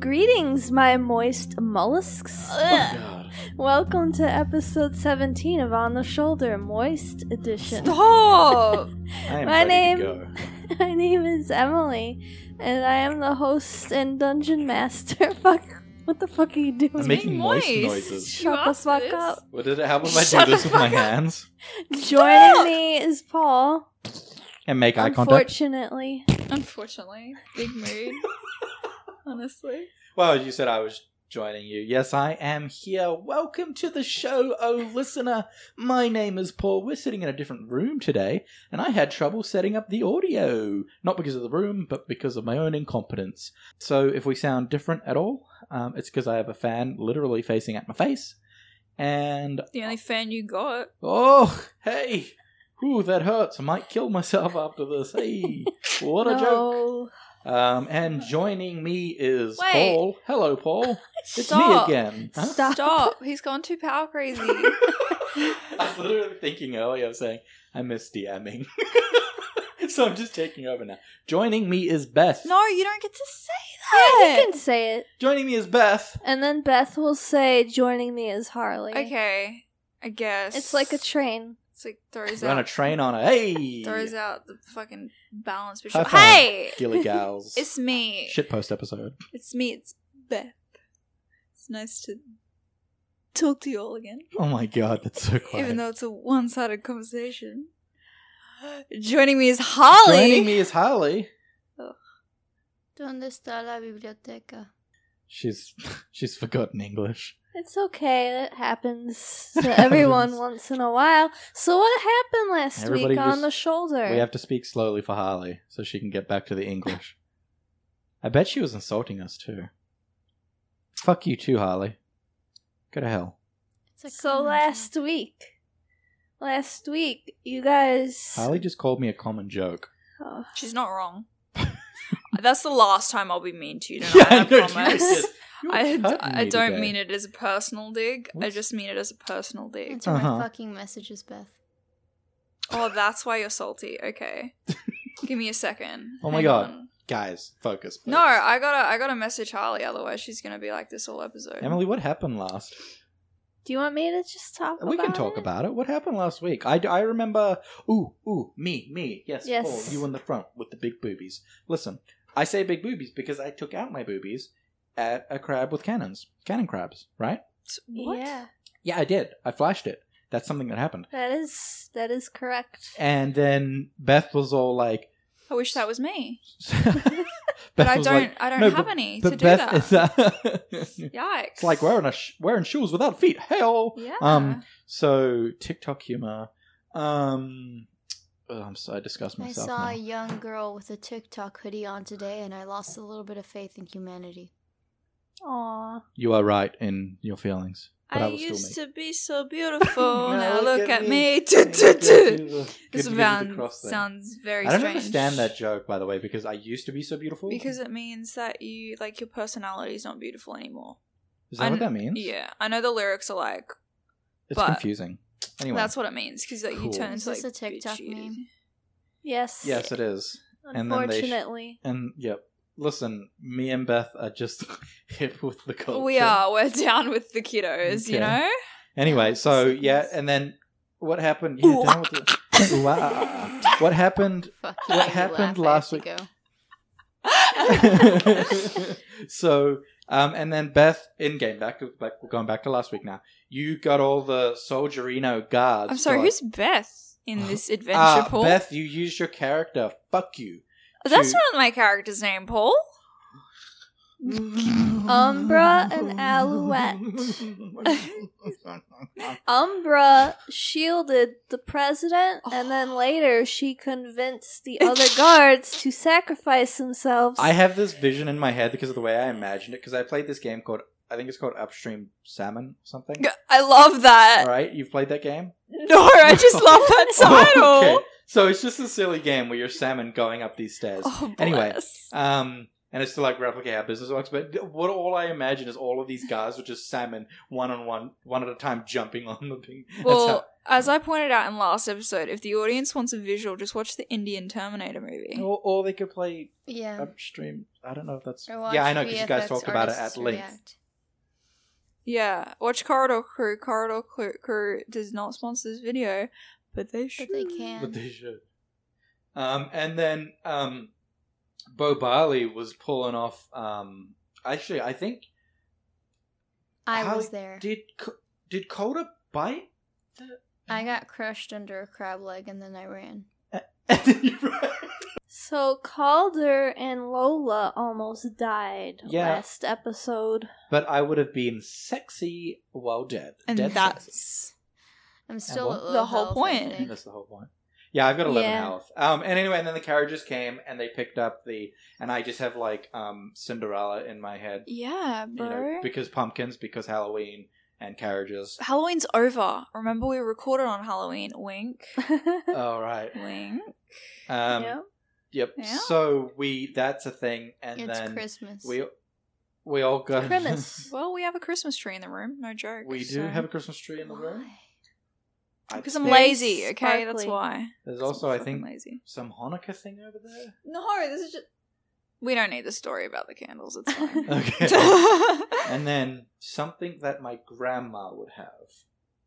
Greetings, my moist mollusks. God. Welcome to episode 17 of On the Shoulder, Moist Edition. Stop! I am My ready name- To go. My name is Emily, and I am the host and dungeon master. Fuck. What the fuck are you doing? I'm making moist moist. noises. Shut the asked fuck this. up. What did I, how about I Shut do this the with my fuck up. hands Joining me is Paul. and make eye contact? Unfortunately. Unfortunately, big mood. Honestly, Well, you said I was joining you. Yes, I am here. Welcome to the show, oh listener. My name is Paul. We're sitting in a different room today, and I had trouble setting up the audio. Not because of the room, but because of my own incompetence. So if we sound different at all, um, it's because I have a fan literally facing at my face. And the only fan you got. Oh, hey. Ooh, that hurts. I might kill myself after this. Hey, what a joke. no. Um, and joining me is Wait. Paul. Hello, Paul. It's Stop. me again. Huh? Stop. Stop! He's gone too power crazy. I was literally thinking earlier, I was saying, I miss DMing. so I'm just taking over now. Joining me is Beth. no, you don't get to say Yeah, that. you can say it. Joining me is Beth. And then Beth will say, joining me is Harley. okay, I guess It's like a train. It's like throws Run a out train on her. Hey! throws out the fucking balance between. High five. Hey, Gilly gals. it's me. Shitpost episode. It's me. It's Beth. It's nice to talk to you all again. Oh my god, that's so quiet. Even though it's a one sided conversation. Joining me is Holly. Joining me is Harley. ¿Dónde está la biblioteca? She's she's forgotten English. It's okay. It happens to It everyone happens. once in a while. So what happened last Everybody week on just- the shoulder? We have to speak slowly for Harley so she can get back to the English. I bet she was insulting us too. Fuck you too, Harley. Go to hell. It's a so common last week, last week, you guys. Harley just called me a common joke. Oh, She's not wrong. That's the last time I'll be mean to you tonight. I no, promise. Jesus. You I, hurting I me don't today. mean it as a personal dig. I Whoops. just mean it as a personal joke. dig. Answer Uh-huh. my fucking messages, Beth. Oh, that's why you're salty. Okay, give me a second. Oh my Hang God. on. Guys, focus. please. No, I gotta, I gotta message Harley. Otherwise, she's gonna be like this all episode. Emily, what happened last? do you want me to just talk? We can talk it? about it. What happened last week? I, I remember. Ooh, ooh, me, me. Yes, Yes. Paul, you in the front with the big boobies. Listen, I say big boobies because I took out my boobies at a crab with cannons. Cannon crabs, right? What? Yeah, Yeah, I did. I flashed it. That's something that happened. that is that is correct. And then Beth was all like. I wish that was me, Beth but I was don't, like, I don't "No, have but- any but to Beth do is. that. it's Yikes! like wearing, a sh- wearing shoes without feet. Hell! Yeah. Um, So TikTok humor. Um, oh, I'm so I disgust I myself. saw a now. young girl with a TikTok hoodie on today, and I lost a little bit of faith in humanity. Aw, You are right in your feelings, but I, I was used still me. to be so beautiful. now, look, at, me. This sound, sounds I very don't strange. understand that joke, by the way, because I used to be so beautiful. Because it means that you, like, your personality is not beautiful anymore. is that I what that kn- means? Yeah. I know the lyrics are like, it's but- confusing. Anyway, that's what it means. Because, like, you Cool. turn Is into, like, this a TikTok bitchy. meme? yes, yes, it is. and then they sh- Unfortunately, And yep, listen, me and Beth are just hip with the culture. We are. We're down with the kiddos, Okay. you know? Anyway, so Sickness. yeah, and then what happened? Yeah, down with the- Wow. What happened? Fuck What you, happened I have last to week? go. so, um, and then Beth in game back, back we're going back to last week now. You got all the Soldier guards. I'm sorry, to, like- who's Beth in this adventure, Ah, Paul? Beth? You used your character. Fuck you. That's to- not my character's name, Paul. Umbra and Alouette. Umbra shielded the president, and then Oh. later she convinced the other guards to sacrifice themselves. I have this vision in my head because of the way I imagined it. Because I played this game called I think it's called Upstream Salmon or something. I love that. All right, you've played that game. No, I just love that title. Okay, So it's just a silly game where you're salmon going up these stairs. Oh, Anyway. bless. Um, and it's to like replicate how business works. But what all I imagine is all of these guys were just salmon, one on one, one at a time, jumping on the thing. That's Well, how- As I pointed out in last episode, if the audience wants a visual, just watch the Indian Terminator movie. Or, or they could play Yeah. upstream. I don't know if that's. Or watch Uh, Yeah, I know because you guys VFX talked about it artists at length. react. Yeah, watch Corridor Crew. Corridor Crew, Crew does not sponsor this video, but they should. But they can. But they should. Um, and then um, Bo Barley was pulling off. Um, actually, I think I How was there. did Co- did Coda bite? I got crushed under a crab leg and then I ran. And then you ran. So Calder and Lola almost died Yeah. last episode. But I would have been sexy while dead. And dead sexy. that's I'm still what? at low The whole health, I point. think. that's the whole point. Yeah, I've got eleven Yeah. health. Um, and anyway, and then the carriages came and they picked up the, and I just have like um Cinderella in my head, yeah, you bro. know, because pumpkins, because Halloween and carriages. Halloween's over. Remember, we recorded on Halloween. Wink, All right. wink. Um, yeah. Yep. Yeah. So we that's a thing, and It's then Christmas. we we all go. Christmas. Well, we have a Christmas tree in the room. No joke. we do so- have a Christmas tree in the room. Why? I- because I'm Very lazy. Okay, that's sparkly. why. There's also I Fucking think lazy. some Hanukkah thing over there. No, this is just. We don't need the story about the candles. It's fine. Okay. and then something that my grandma would have.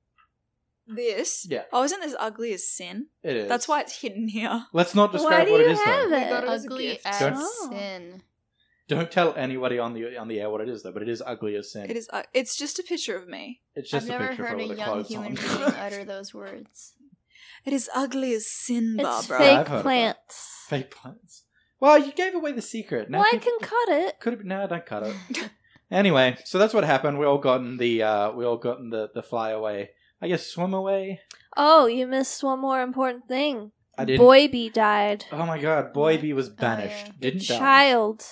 this. Yeah. Oh, isn't this ugly as sin? It is. That's why it's hidden here. Let's not Why describe do what you it is have though. got it? it. was a Ugly gift. as Don't- sin. Don't tell anybody on the on the air what it is though, but it is ugly as sin. It is. Uh, it's just a picture of me. It's just I've a never picture of heard her a with her young clothes human being on. utter those words. It is ugly as sin, It's Barbara. Yeah, fake I've heard of that. plants. Fake plants. Well, you gave away the secret. Now well, I people- can cut it. Could have been. No, don't cut it. anyway, so that's what happened. We all gotten the uh, we all gotten the the fly away. I guess swim away. Oh, you missed one more important thing. I didn't. Boyby died. Oh my god, Boyby was Oh, yeah. banished. Didn't die. Child.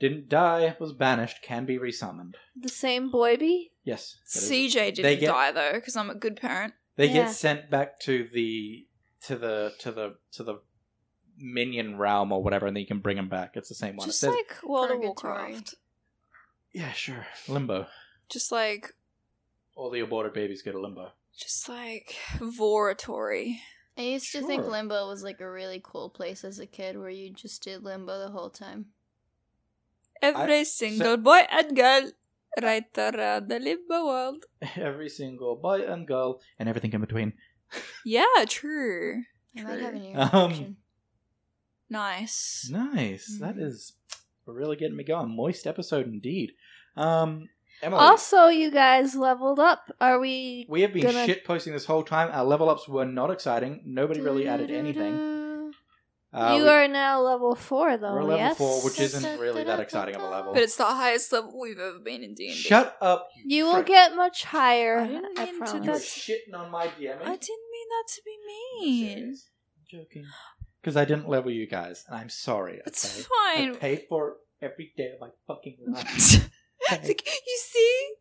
Didn't die. Was banished. Can be resummoned. The same Boyby? Yes. that is- CJ They didn't get- die though, because I'm a good parent. They Yeah. get sent back to the to the to the to the minion realm or whatever, and then you can bring them back. It's the same one. It Just says- like World of Purgatory. Warcraft. yeah, sure. Limbo. Just like, All the aborted babies go to limbo. just like Voratory. I used to think Sure. limbo was like a really cool place as a kid where you just did limbo the whole time. Every single boy and girl right around the limbo world. Every single boy and girl and everything in between. Yeah, true. I might have an ear Um, infection. Nice. Nice. That Mm-hmm. Mhm. is really getting me going. Moist episode indeed. Um, Emily, Also, you guys leveled up. Are we. we have been gonna- shit posting this whole time. Our level ups were not exciting. Nobody really added anything. Uh, you we- are now level 4, though, We're level yes? four, which isn't really that exciting of a level. But it's the highest level we've ever been in D&D. Shut up. You will prick. get much higher. I I, didn't mean to promise. You were that's- shitting on my DM. I didn't mean that to be mean. joking. Because I didn't level you guys, and I'm sorry. It's Okay? I fine. paid for it every day of my fucking life. It's like, you see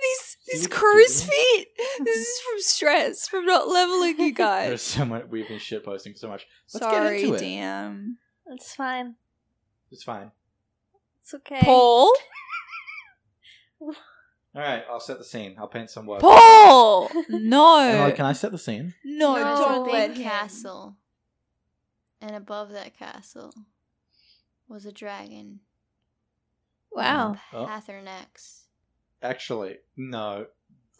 these See these what crow's you feet. This is from stress from not leveling you There's guys. so much. We've been shit posting so much. Let's Sorry, get into it. damn It's fine. It's fine. It's okay. Paul. All right, I'll set the scene. I'll paint some words. Paul. Emily, No, can I set the scene? no, No, There's don't a let big him. castle. And above that castle was a dragon. Wow. Oh. Pathernax. Actually, no.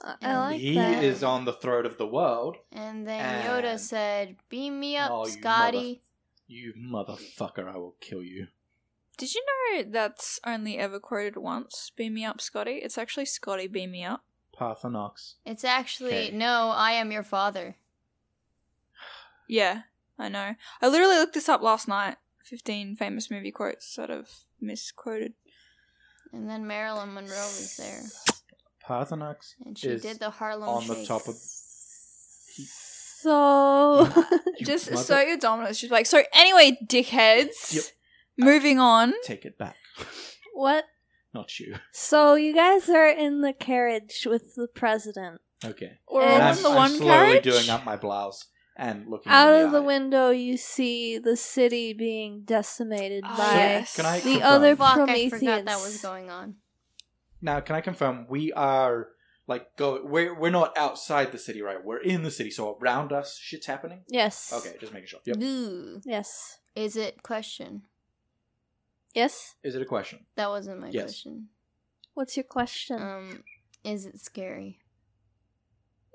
I- I And like he that. is on the throat of the world. And then Yoda And- said, Beam me up, Oh, you Scotty. You motherfucker, I will kill you. Did you know that's only ever quoted once? Beam me up, Scotty. It's actually Scotty. Beam me up. Parthenox. It's actually, Okay. no, I am your father. Yeah, I know. I literally looked this up last night. Fifteen famous movie quotes, sort of misquoted. And then Marilyn Monroe was there. Parthenox And she is did the Harlem on the Shake. top of. So. You Just mother- so your dominance. She's like, so anyway, dickheads. Yep. Moving on. Take it back. what? Not you. So, you guys are in the carriage with the president. Okay. We're And all I'm, in the I'm one slowly carriage. doing up my blouse and looking Out in of the eye. window, you see the city being decimated Ah, by yes. Can I the confirm- other Fuck, I Prometheus. forgot that was going on. Now, can I confirm we are like go we're we're not outside the city, right? We're in the city, so around us shit's happening. Yes. Okay, just making sure. Yep. Ooh. Yes. Is it question? Yes. Is it a question? That wasn't my Yes. question. What's your question? Um, is it scary?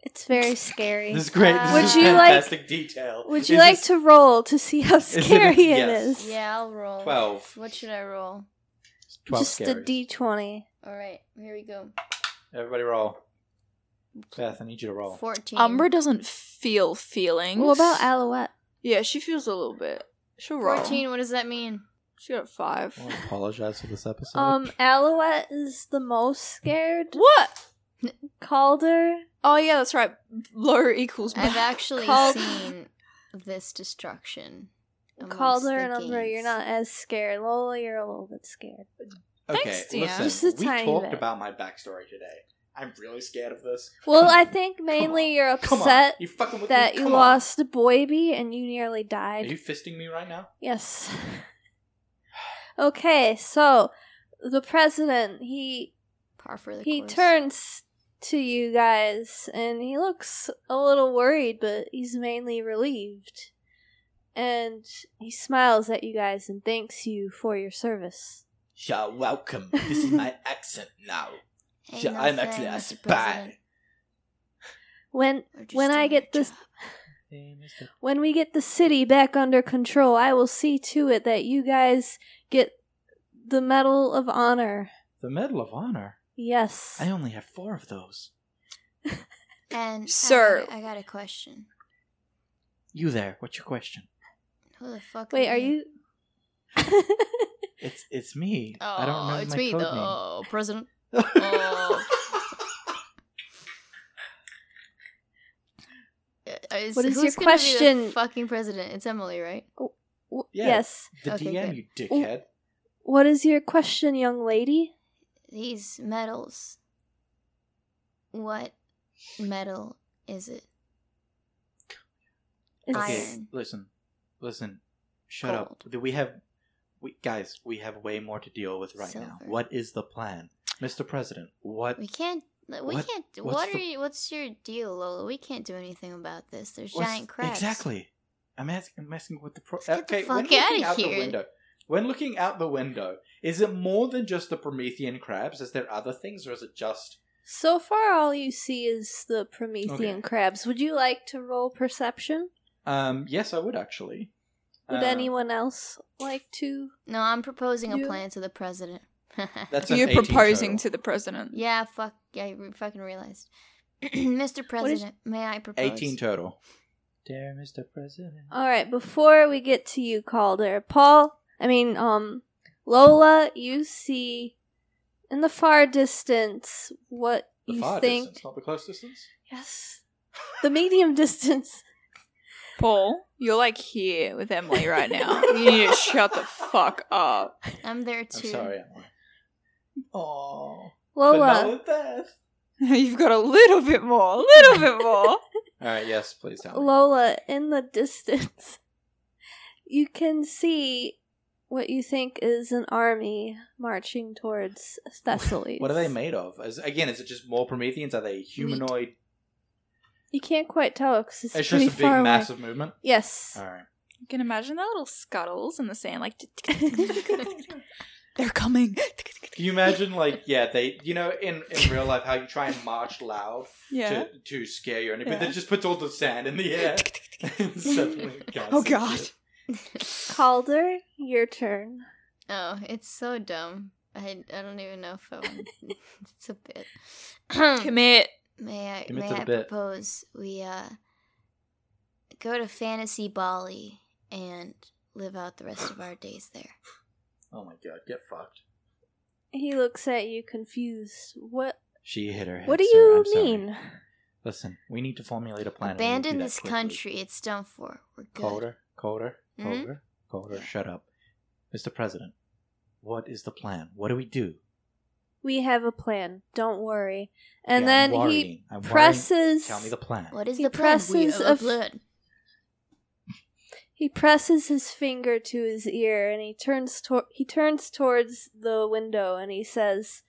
it's very scary. This is great. Uh, this is Would you like- fantastic detail. Would you Is like this- to roll to see how it a- scary it yes. is? Yeah, I'll roll. 12. What should I roll? 12 Just a scaries. D twenty. All right, here we go. Everybody roll. Beth, I need you to roll. Fourteen. Umbra doesn't feel feelings. What about Alouette? Yeah, she feels a little bit. She'll roll. Fourteen. What does that mean? She got a five. I apologize for this episode. Um, Alouette is the most scared. What? Calder. Oh yeah, that's right. Low equals. I've actually Called- seen this destruction. amongst Calder the and Umbra, you're games. not as scared. Lola, you're a little bit scared. okay, thanks, Dan. listen. Just a we tiny talked bit. about my backstory today. I'm really scared of this. Well, Come on. I think mainly on. you're Come on. upset You fucking with that me? you Come on. lost a baby and you nearly Are died. you fisting me right now? Yes. Okay, so the president he Par for the he course. turns to you guys and he looks a little worried, but he's mainly relieved. And he smiles at you guys and thanks you for your service. You're welcome. This is my accent now. Ain't Yeah, I'm nothing, actually a Mr. spy. President. When We're just When I doing get our this- job. when we get the city back under control, I will see to it that you guys get the Medal of Honor. The Medal of Honor. Yes. I only have four of those. and Sir. I, I got a question. You there? What's your question? Who the fuck? Wait, are you It's it's me. Oh, I don't remember it's my me, Oh. code the name. uh, president. Uh, Is, What is your who's gonna be the question? fucking president. It's Emily, right? W- Yeah. Yes. the Okay, DM, good. you dickhead. What is your question, young lady? These medals. What medal is it? It's- Okay, Iron. listen, listen. Shut Gold. up. We have, we guys, we have way more to deal with right now. Silver. What is the plan, Mr. President? What? We can't. like, We What- can't. what's What are the- you? What's your deal, Lola? We can't do anything about this. There's what's- giant cracks. Exactly. I'm asking. I'm asking what the pro- Let's get the when fuck outta looking out here. The window, when looking out the window, is it more than just the Promethean crabs? Is there other things, or is it just? So far, all you see is the Promethean Okay. crabs. Would you like to roll perception? Um. Yes, I would actually. Would Um, anyone else like to? No, I'm proposing a You- plan to the president. That's an You're 18 proposing total. to the president. yeah. Fuck. Yeah. I re- fucking realized. Mr. President, may I propose? eighteen total. Dear Mr. President. All right. Before we get to you, Calder, Paul. I mean, um, Lola. You see in the far distance what the you far think. distance, not the close distance. Yes. The medium distance. Paul, you're like here with Emily right now. you need to shut the fuck up. I'm there I'm too. sorry, Emily. Oh, Lola. You've got a little bit more, a little bit more. All right, yes, please tell me. Lola, in the distance, you can see what you think is an army marching towards Thessaly. What are they made of? Is, again, is it just more Prometheans? Are they humanoid? You can't quite tell because it's, It's pretty just a big, far away. massive movement. Yes. All right. You can imagine the little scuttles in the sand, like they're coming. Can you imagine, like, yeah, they, you know, in, in real life, how you try and march loud Yeah. to, to scare your enemy, but Yeah. it just puts all the sand in the air. Suddenly, Oh god. Calder, your turn. Oh, it's so dumb. I, I don't even know if I want. it's a bit. Commit. may I Commit may to the I bit. propose we uh go to Fantasy Bali and live out the rest of our days there. Oh my god, get fucked. He looks at you confused. What? She hit her head. what do sir, you I'm sorry. mean? Listen, we need to formulate a plan. and we need to Abandon do that this quickly. country. It's done for. We're good. Colder, colder, Hmm? Mhm. colder, colder. Yeah. Shut up, Mr. President. What is the plan? What do we do? We have a plan. Don't worry. And Yeah, then I'm he worrying. I'm worrying. presses. Tell me the plan. What is He the plan? We presses are a f- blood. He presses his finger to his ear and he turns to- he turns towards the window and he says,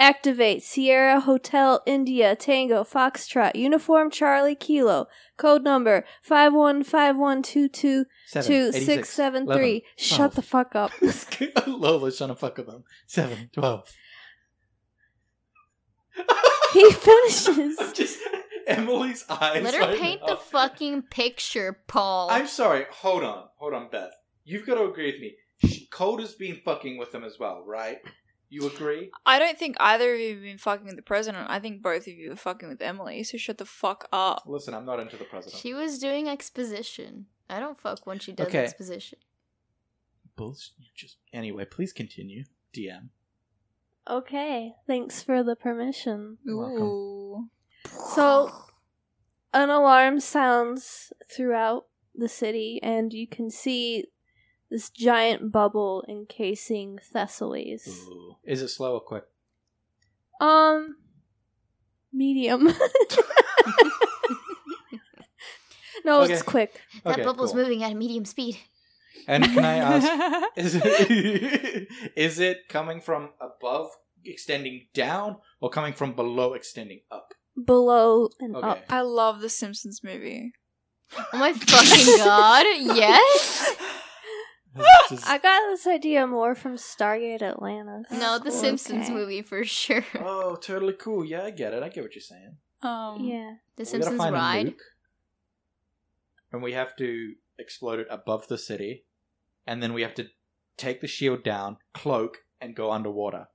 Activate Sierra Hotel India Tango Foxtrot Uniform Charlie Kilo Code number five one five one two two Seven, Oh. two 86, six seven 11. three. Shut twelve. the fuck up. Lola's trying to fuck up. um, Seven, twelve. he finishes. I'm just Emily's eyes. Let her right paint now. the fucking picture, Paul. I'm sorry. Hold on, hold on, Beth. You've got to agree with me. She, Coda's been fucking with them as well, right? You agree? I don't think either of you have been fucking with the president. I think both of you are fucking with Emily. So shut the fuck up. Listen, I'm not into the president. She was doing exposition. I don't fuck when she does Okay. exposition. Bulls. Just anyway, please continue. DM. Okay, thanks for the permission. You're welcome. Ooh. So, an alarm sounds throughout the city, and you can see this giant bubble encasing Thessaly's. Ooh. Is it slow or quick? Um, medium. no, it's Okay. quick. That Okay, bubble's cool. moving at a medium speed. And can I ask? Is it, is it coming from above, extending down, or coming from below, extending up? Below and Okay. up. I love the Simpsons movie. Oh my fucking god, yes? I got this idea more from Stargate Atlantis. No, the Okay. Simpsons movie for sure. oh, totally cool. Yeah, I get it. I get what you're saying. Um, Yeah. The We gotta Simpsons find a ride. nuke, and we have to explode it above the city, and then we have to take the shield down, cloak, and go underwater.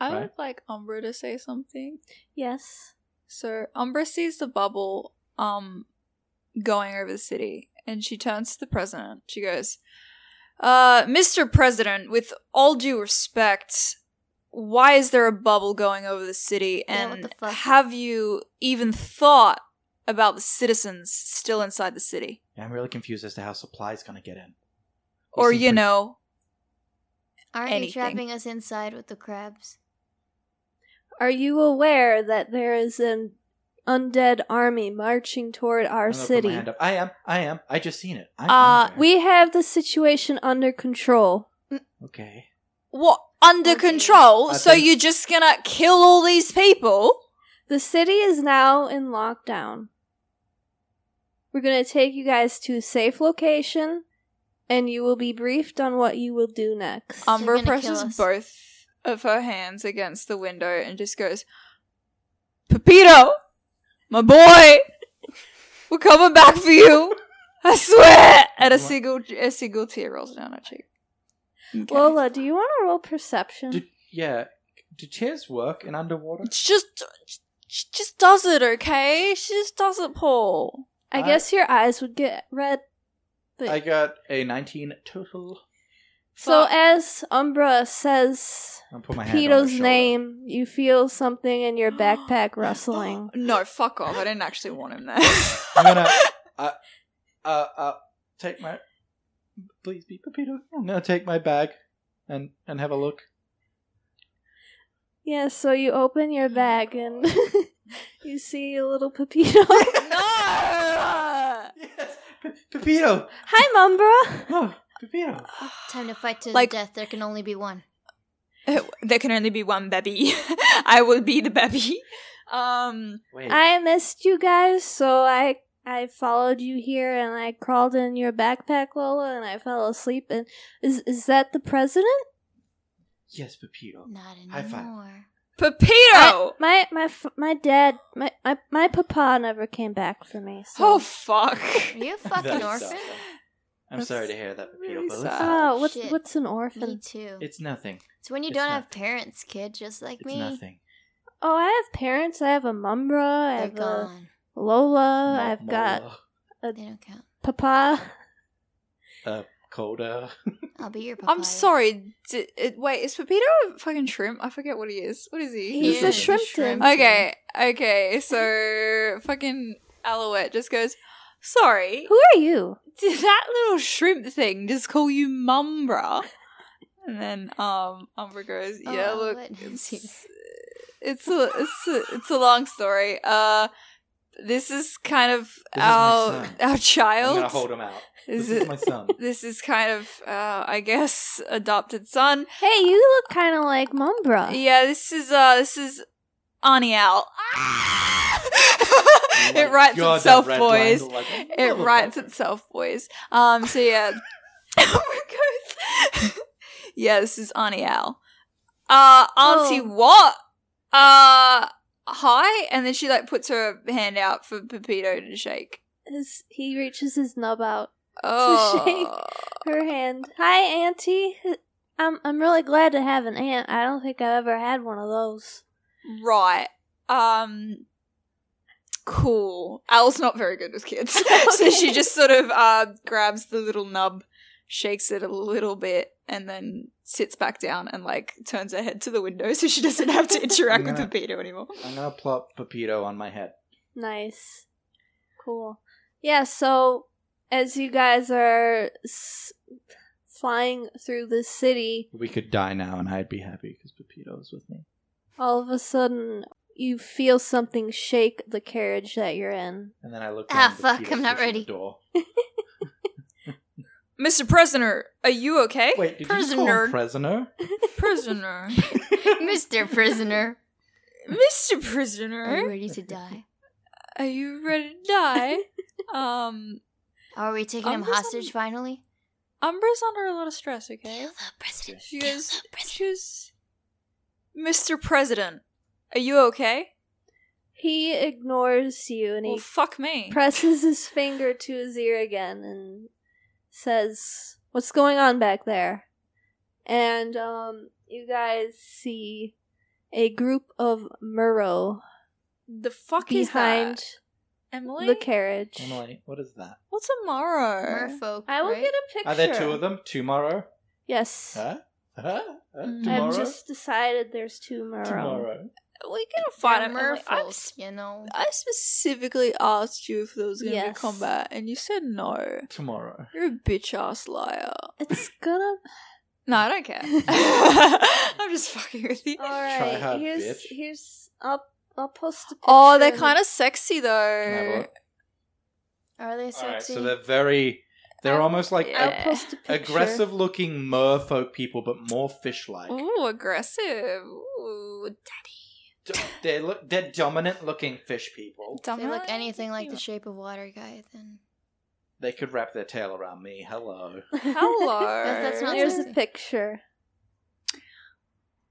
I Right. would like Umbra to say something. Yes. So Umbra sees the bubble um going over the city and she turns to the president. She goes, "Uh, Mr. President, with all due respect, why is there a bubble going over the city Yeah, what and the fuck? have you even thought about the citizens still inside the city? Yeah, I'm really confused as to how supply's gonna get in. We or seem you pretty- know, Aren't you anything. trapping us inside with the crabs? Are you aware that there is an undead army marching toward I'm our gonna put my city? hand up. I am. I am. I just seen it. I'm Uh, unaware. We have the situation under control. okay. what under Okay. control? I so think- you're just going to kill all these people?" The city is now in lockdown. We're going to take you guys to a safe location and you will be briefed on what you will do next. Um, Umbra gonna kill presses us. both of her hands against the window and just goes, Pepito, my boy, we're coming back for you. I swear. And a What? single, a single tear rolls down her cheek. Okay. Lola, do you want to roll perception? Did, yeah. Do tears work in underwater? It's just, she just does it, okay? She just does it, Paul. I I- guess your eyes would get red. But I got a 19 total. so Fuck. as Umbra says I'm put my hand on her Peto's shoulder. name, you feel something in your backpack rustling. no, fuck off. I didn't actually want him there. I'm gonna uh, uh, uh, take my please be Pepito. I'm gonna take my bag and and have a look. Yeah, so you open your bag and you see a little Pepito. no! Yes, Pe- Pepito. Hi, Mumbra! Oh, Pepito. Time to fight to the Like- death. There can only be one. there can only be one baby. I will be the baby. Um, Wait. I missed you guys, so I I followed you here and I crawled in your backpack, Lola, and I fell asleep. And is is that the president? yes, Pepito. Not High five. anymore. Pepito. My my f- my dad, my my, my papa never came back for me. So. oh fuck. Are you a That fucking is orphan? awful. I'm That's sorry to hear that, Pepito. really but sad. listen, Oh, what's Shit. what's an Me orphan? too. It's, it's nothing. when you it's don't not- have parents, kid, just like It's me. nothing. Oh, I have parents. I have a Mumbra. I They're have a gone. Uh, Lola. Mo- I've got Mola, They don't count. papa. Coda. I'll be your papaya. I'm sorry. D- it, wait, is Pepito a fucking shrimp? I forget what he is. What is he? He's Yeah. a shrimp. Shrimp. dude. Okay. Okay. So fucking Alouette just goes. Sorry. Who are you? Did that little shrimp thing just call you Mumbra? And then um Umbra goes, Oh, Yeah, look, Alouette is it's, it's a it's a it's a long story. Uh this is kind of my our son. our I'm child. gonna hold him out. Is this is it- my son. this is kind of uh, I guess adopted son. Hey, you look kind of like Mumbra. Yeah, this is uh this is Aniel. Like, it writes God, that itself, red boys. line, like, "Oh, It motherfucker. writes itself, boys. Um, so yeah. oh my god. yeah, this is Auntie Al. Uh, Auntie Oh. what? Uh, hi? And then she like puts her hand out for Pepito to shake. His, he reaches his nub out Oh. her hand. Hi, Auntie. I'm I'm really glad to have an aunt. I don't think I've ever had one of those. Right. Um cool. Al's not very good with kids. so she just sort of uh grabs the little nub, shakes it a little bit, and then sits back down and like turns her head to the window so she doesn't have to interact I'm gonna- with Pepito anymore. I'm gonna plop Pepito on my head. Nice, cool. Yeah. So as you guys are s- flying through the city, We could die now, and I'd be happy because Pepito is with me. all of a sudden you feel something shake the carriage that you're in. And then I look. Ah, down, fuck, Pepito's I'm not pushing the ready. Door. Mr. Prisoner, are you okay? Wait, did you call Prisoner. him prisoner? Prisoner. Mr. Prisoner. Mr. Are you Prisoner, ready to die? are you ready to die? um Are we taking him Umbra's hostage on- finally? Umbra's under a lot of stress, okay? Kill the president. She Kill goes, the president. she goes, Mr. President, are you okay? He ignores you and Well, he fuck me. presses his finger to his ear again and says, "What's going on back there?" And um, you guys see a group of Murrow the fuck is behind that? Emily? the carriage. Emily, what is that? What's tomorrow? Merfolk. I will right? get a picture. Are there two of them tomorrow? Yes, Huh? Huh? Huh? Mm. Tomorrow? I've just decided there's two Murrow. tomorrow. We gotta They're find out. Emily. I'm merfolk, s- you know. I specifically asked you if there was gonna Yes. be combat, and you said no. Tomorrow. You're a bitch ass liar. It's gonna No, I don't care. I'm just fucking with you. All right. hard, here's bitch. here's I'll I'll post a picture. Oh, they're the- kind of sexy Can I have a though. look? Are they sexy? All right, so they're very. They're Um, almost like yeah. I'll post a picture. aggressive looking merfolk people, but more fish like. Ooh, aggressive. Ooh, They're, look, they're dominant looking fish people. If they look anything like the shape of water guy, then They could wrap their tail around me. Hello. Hello. that's not There's a sexy. picture.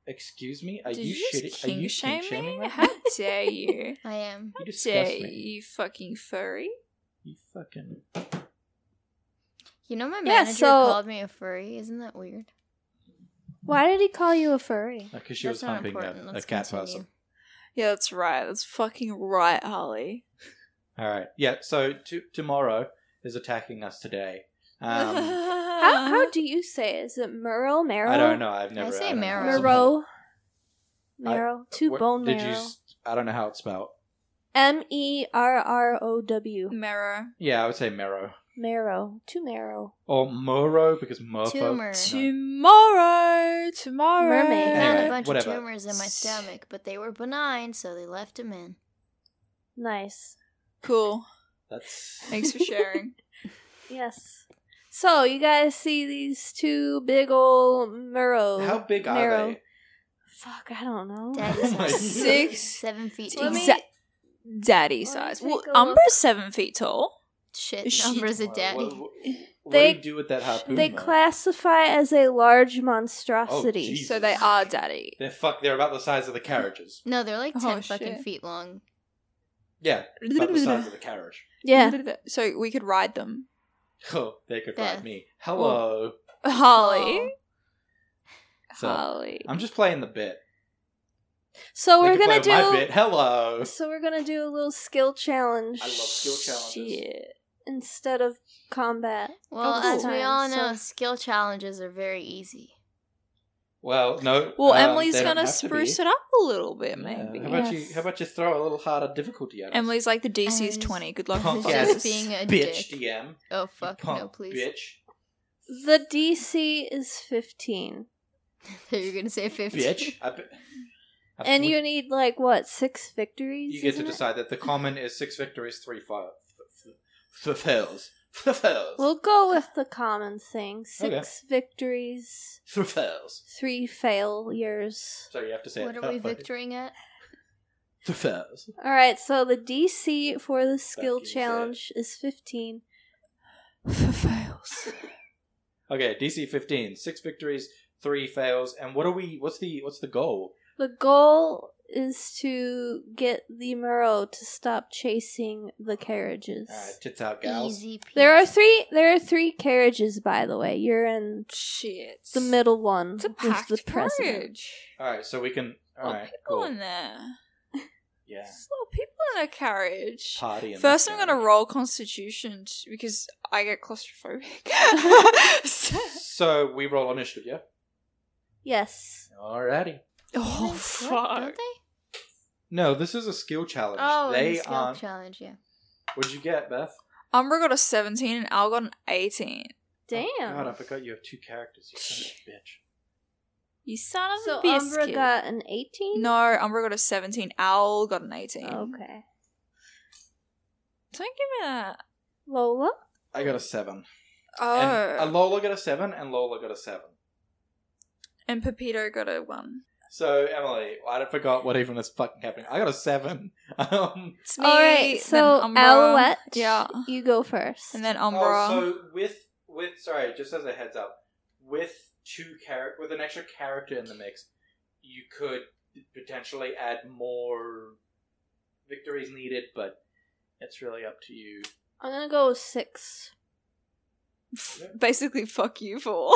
Excuse me? Are Did you, just shitty? Are you kink shame kink shaming me? right How now? dare you? I am. You dare disgust me. you, fucking furry? You fucking. You know, my Yeah, manager so- called me a furry. Isn't that weird? Why did he call you a furry? Because she That's was not humping important. a, a Let's cat continue. person. Yeah, that's right. That's fucking right, Holly. All right. Yeah. So t- tomorrow is attacking us today. Um, How Uh-huh. how do you say? It? Is it Murrow? Marrow? I don't know. I've never. say don't know. marrow. Murrow. I- Marrow. Two What- bone did marrow. You, s- I don't know how it's spelled. M e r r o w. Mirror. Yeah, I would say marrow Marrow. Two marrow. or moro because murfo. Tumor. Tomorrow, tomorrow. Mermaid. I Anyway, found a bunch whatever. of tumors in my stomach, but they were benign, so they left him in. Nice. Cool. That's Thanks for sharing. Yes. So you guys see these two big old Murrow. how big marrow. are they? Fuck, I don't know. Daddy Oh my size. God. Six. Seven feet Let tall. me- Exact- Daddy Let me size. take a Well, look. Umbra's seven feet tall. Shit, Is she- numbers of Wow, daddy. What, what, what They- do you do with that harpoon? They though? classify as a large monstrosity. Jesus. So they are daddy. They're fuck. They're about the size of the carriages. No, they're like Oh, 10 shit. fucking feet long. Yeah, about the size of the carriage. yeah. So we could ride them. Oh, they could Yeah. ride me. Hello. Holly. Oh. So Holly. I'm just playing the bit. So They we're could gonna play my do. bit. Hello. So we're gonna do a little skill challenge. I love skill challenges. Shit. Instead of combat. Well, cool. as we all So- know, skill challenges are very easy. Well, no. Well, um, Emily's they don't gonna have to be. spruce it up a little bit, Yeah, maybe. How about Yes. you? How about you throw a little harder difficulty at us? Emily's like the DC's And- twenty. Good luck, Punk with ass this. Just being a bitch dick. DM. Oh, You fuck, punk no, please. Bitch. The DC is 15. You're gonna say 15. Bitch. I, be- And Absolutely. you need like what six victories? you get to isn't it? decide that the common is six victories, three fi- f- f- f- fails, F- fails, We'll go with the common thing: six victories, F- fails. three failures. So you have to say What it are we that way. victoring at? F- fails. All right, so the DC for the skill Becky said. challenge is fifteen. Fails. Okay, DC 15, six victories, three fails, and what are we? What's the what's the goal? The goal is to get the Murrow to stop chasing the carriages. All right, Uh, tits out, gals. Easy. Peasy. There are three. There are three carriages, by the way. You're in Shit. the middle one. It's a which is packed the president. carriage. All right, so we can. All lot right, of people cool. in there. Yeah, There's a lot of people in that carriage. party. in First, this I'm gonna game. roll Constitution t- because I get claustrophobic. Oh, So we roll initiative, yeah. Yes. Alrighty. oh Humans do it, fuck! Don't they? No, this is a skill challenge. Oh, in the they skill are. challenge. Yeah. What'd you get, Beth? Oh, Umbra got a 17 and Al got an 18. Damn. Oh, God, I forgot you have two characters. You son of a bitch. You son of so a biscuit. Umbra got an eighteen. no, Umbra got a 17. Al got an 18. Okay. Don't give me that. Lola. I got a seven. Oh. And uh, And, Lola got a seven, and Lola got a seven. Pepito got a 1. So Emily, I forgot what even is fucking happening. I got a seven. Um, It's me. All right. then So Umbra, Alouette. Yeah. You go first. And then Umbra. Oh, so with with sorry, just as a heads up, with two character with an extra character in the mix, you could potentially add more victories needed, but it's really up to you. I'm gonna go with six. F- Basically, fuck you for.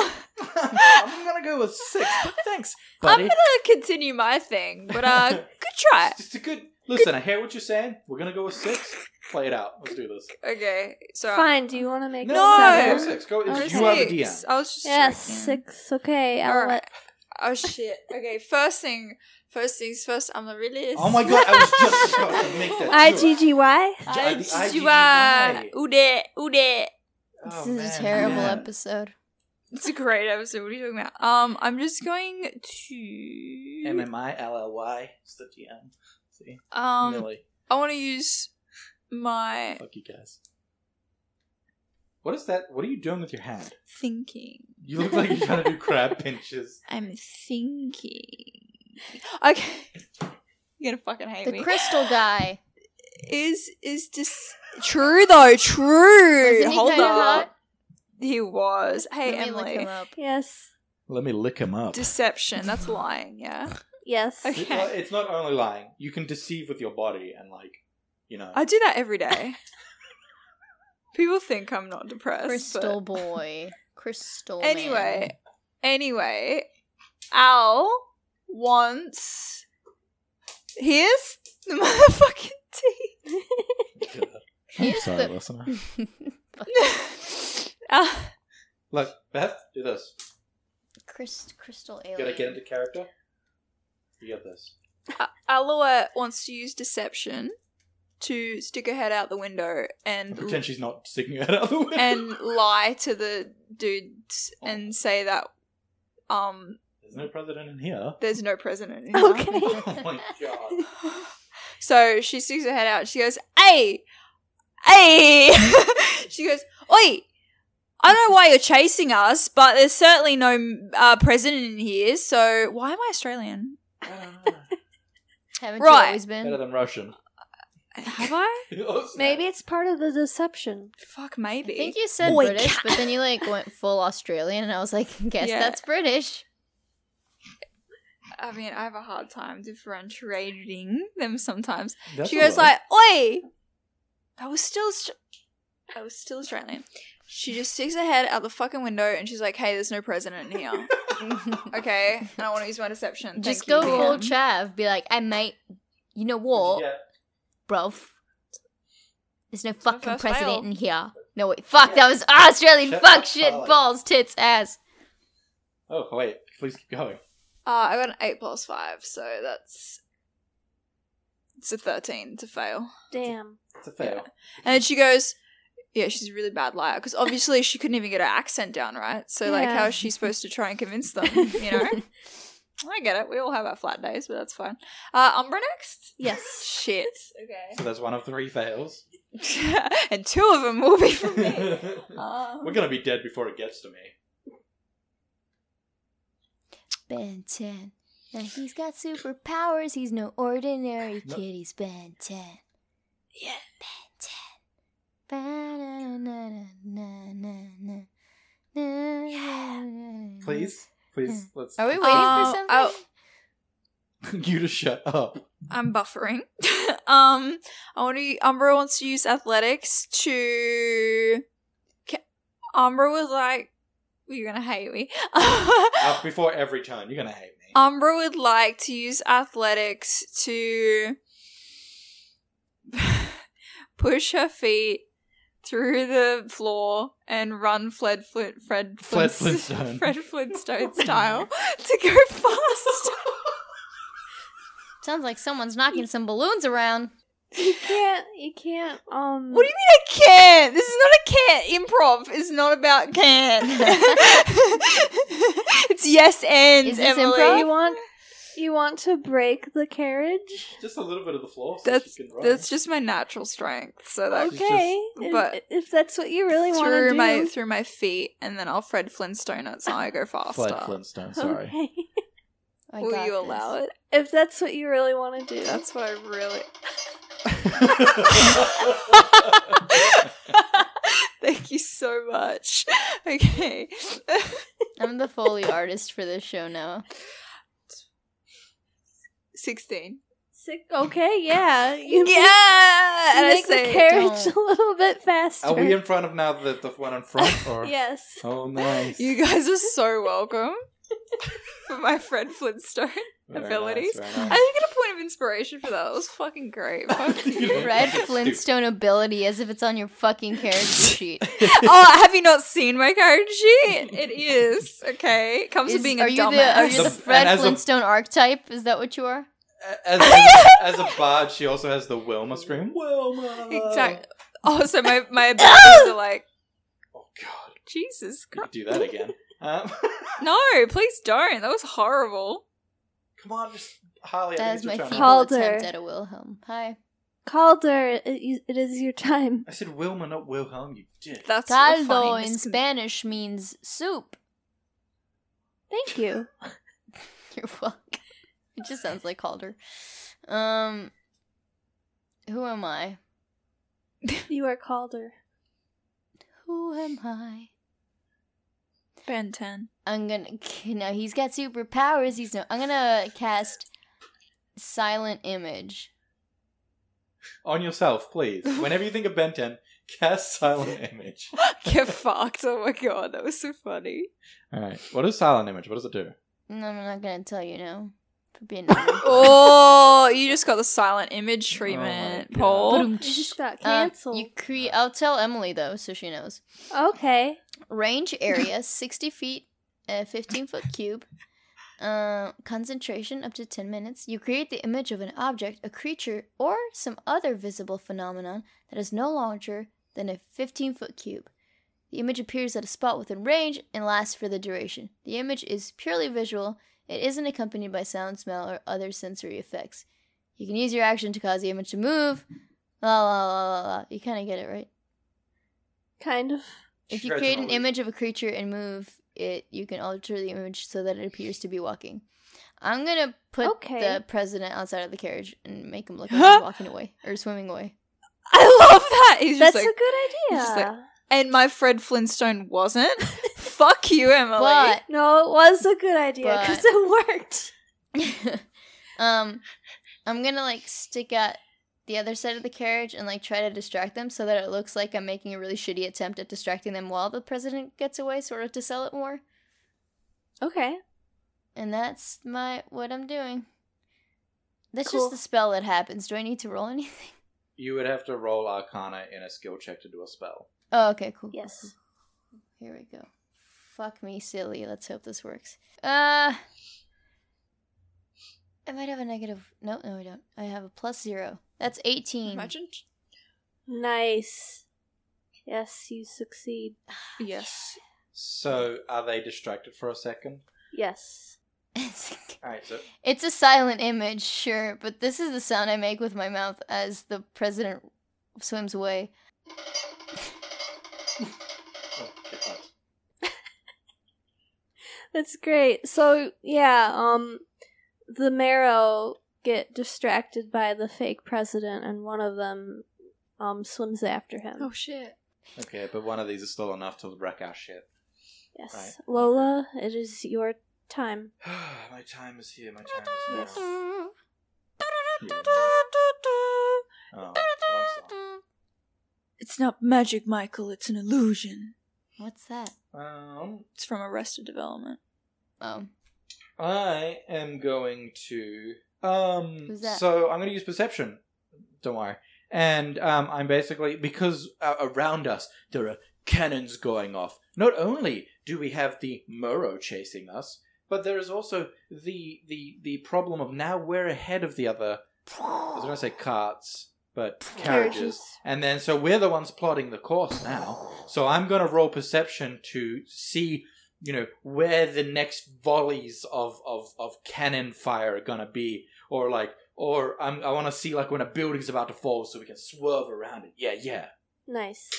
I'm gonna go with six, but thanks, I'm buddy. gonna continue my thing, but uh, good try. It's just a good listen. I hear what you're saying. We're gonna go with six. Play it out. Let's do this. Okay, so Fine. Do you want to make No, it no, seven? go six. Go. Oh, It's, six. you are the DM. I was just Yes, checking. six. Okay, All Alouette. right. Oh shit. Okay, first thing, first things first. I'm a realist. Oh my god, I was just about to make that. I joke. G G Y. I- the Jiwa. IGGY. Ude, ude. Oh, this is man, a terrible yeah. episode. It's a great episode. What are you talking about? Um, I'm just going to M M I L L Y. It's the DM. See, um. Millie, I want to use my fuck you guys. What is that? What are you doing with your hand? thinking. You look like you're trying to do crab pinches. I'm thinking. Okay. You're gonna fucking hate me. The crystal guy. is is dis- true though. True. Wasn't he Hold kinda up. hot? He was. Hey Let me look Emily. him up. Yes. Let me lick him up. Deception. That's lying. Yeah. Yes. Okay. It's, not- it's not only lying. You can deceive with your body and like, you know. I do that every day. People think I'm not depressed. Crystal boy. Crystal. But man. anyway, anyway, Al wants here's the motherfucking tea. I'm Here's sorry, the- listener. Al, Look, Beth, do this. Crystal. Crystal You alien. gotta get into character. You got this. Alouette wants to use deception to stick her head out the window and Pretend she's not sticking her head out the window. and lie to the dudes and say that um There's no president in here. there's no president. in Okay. Iran. oh my god. so she sticks her head out. She goes, "Hey, hey!" she goes, "Oi, I don't know why you're chasing us, but there's certainly no uh, president in here. So why am I Australian? I don't know. Haven't Right. you always Better been? than Russian. Oh, Have I? Maybe it's part of the deception. Fuck, I maybe. think you said Oi, British, cat. but then you like went full Australian, and I was like, guess Yeah. that's British. I mean, I have a hard time differentiating them sometimes." That's she goes all like, "Oi!" I was still, Aust- I was still Australian. She just sticks her head out the fucking window and she's like, "Hey, there's no president in here." okay, and I want to use my deception. Just go Thank you. full chav. Be like, I might. You know what, Yeah. bruv? There's no fucking first president fail. in here. No wait, fuck. That was Australian. Shut fuck up, shit Polly. balls tits ass. Oh wait, please keep going. Uh, I got an eight plus five, so that's it's a thirteen to fail. Damn. It's a fail. And then she goes, "Yeah, she's a really bad liar because obviously she couldn't even get her accent down right. So like, Yeah. how is she supposed to try and convince them? You know." I get it. We all have our flat days, but that's fine. Uh, Umbra next? Yes. Shit. So that's one of three fails. Okay. and two of them will be from me. We're Um, gonna be dead before it gets to me. Ben 10. Now he's got superpowers. He's no ordinary No. kid. He's Ben 10. Yeah. Ba-na-na-na-na-na-na. hmm. Please, please, let's. Are we waiting Uh, for something? oh. you to shut up. I'm buffering. um, I want to. Umbra wants to use athletics to. Ca Umbra was like, "You're gonna hate me." Um, Uh, before every turn, you're gonna hate me. Umbra would like to use athletics to push her feet through the floor and run Fled Flint, Fred Fled Flintst- Flintstone. Fred Flintstone style to go fast. Sounds like someone's knocking some balloons around. You can't. You can't. Um. What do you mean I can't? This is not a can't. Improv is not about can't. it's yes and Is this Emily. improv? You want? You want to break the carriage? Just a little bit of the floor. So That's she can run. that's just my natural strength. So that It's Okay, just- if- but- if, that's what you really want to through do, my through my feet, and then I'll Fred Flintstone it so I go faster. Fled Flintstone. Sorry. Okay. I Will got you this. allow it? if that's what you really want to do, That's what I really. Thank you so much. Okay. I'm the Foley artist for this show now. 16. sick. Okay, yeah, you yeah! And I make, you make the say, carriage don't. a little bit faster. Are we in front of now the, the one in front? Or? yes. Oh, nice. you guys are so welcome for my Fred Flintstone. Very abilities. I nice, very didn't get a point of inspiration for that. That was fucking great. Fuck. nice. Red Flintstone ability as if it's on your fucking character sheet. oh, have you not seen my character sheet? It is. Okay. It comes Is- with being a are you the, are dumbass. you the The- and Fred as a- Flintstone archetype? Is that what you are? As, as, as a bard, she also has the Wilma scream. Wilma! Exactly. Oh, so my, my abilities are like, Oh, God. Jesus You Christ. could do that again. Um, No, please don't. That was horrible. come on, just Harley. I That think is it's my your turn. feeble Call- Calder. attempt at a Wilhelm. Hi. Calder, it, it is your time. I said Wilma, not Wilhelm, you dick. That's a Caldo funny in mis- Spanish means soup. Thank you. You're welcome. It just sounds like Calder. Um, who am I? you are Calder. Who am I? Ben 10. I'm gonna. No, he's got superpowers. He's no. I'm gonna cast silent image. On yourself, please. Whenever you think of Benton, cast Silent Image. Get fucked. Oh my god, that was so funny. Alright, what is Silent Image? What does it do? No, Mm, I'm not gonna tell you now. For being. rude. Oh, you just got the silent image treatment, God. Paul. You Oh, just got Uh, canceled. you cre- I'll tell Emily though, so she knows. okay. Range area 60 feet, a 15 foot cube. Uh, concentration up to 10 minutes. You create the image of an object, a creature, or some other visible phenomenon that is no larger than a 15 foot cube. The image appears at a spot within range and lasts for the duration. The image is purely visual, it isn't accompanied by sound, smell, or other sensory effects. You can use your action to cause the image to move. La la la la la. You kind of get it, right? Kind of. If She you grabs create an an old- image of a creature and move it, you can alter the image so that it appears to be walking. I'm gonna put Okay. the president outside of the carriage and make him look like he's walking away or swimming away. I love that. He's That's just a like, good he's idea. just like, and my Fred Flintstone wasn't. Fuck you, Emily. But no, it was a good idea But- because it worked. um, I'm gonna like stick at the other side of the carriage and like try to distract them so that it looks like I'm making a really shitty attempt at distracting them while the president gets away, sort of to sell it more. Okay. And that's my what I'm doing. That's Cool. just the spell that happens. Do I need to roll anything? You would have to roll Arcana in a skill check to do a spell. Oh, okay, cool. cool, Yes. Here we go. Fuck me, silly. Let's hope this works. Uh, I might have a negative. No, no, I don't. I have a plus zero. That's 18. Imagine. Nice. Yes, you succeed. Yes. So, are they distracted for a second? Yes. It's- All right, so It's a silent image, sure, but this is the sound I make with my mouth as the president swims away. oh, shit, that's- That's great. So yeah, um, the Marrow get distracted by the fake president, and one of them um swims after him. Oh shit. okay, but one of these is still enough to wreck our ship. yes, right. Lola, it is your time. my time is here. My time is now. Yeah. Oh, wrong song. It's not magic, Michael. It's an illusion. What's that? Um, It's from Arrested Development. Oh, I am going to um. Who's that? So I'm going to use perception. Don't worry. And um, I'm basically because uh, around us there are cannons going off. Not only do we have the Muro chasing us, but there is also the the the problem of now we're ahead of the other. I was going to say carts, but carriages. And then, so we're the ones plotting the course now. So I'm going to roll perception to see, you know, where the next volleys of of, of cannon fire are going to be, or like, or I'm, I want to see like when a building's about to fall, so we can swerve around it. Yeah, yeah. Nice.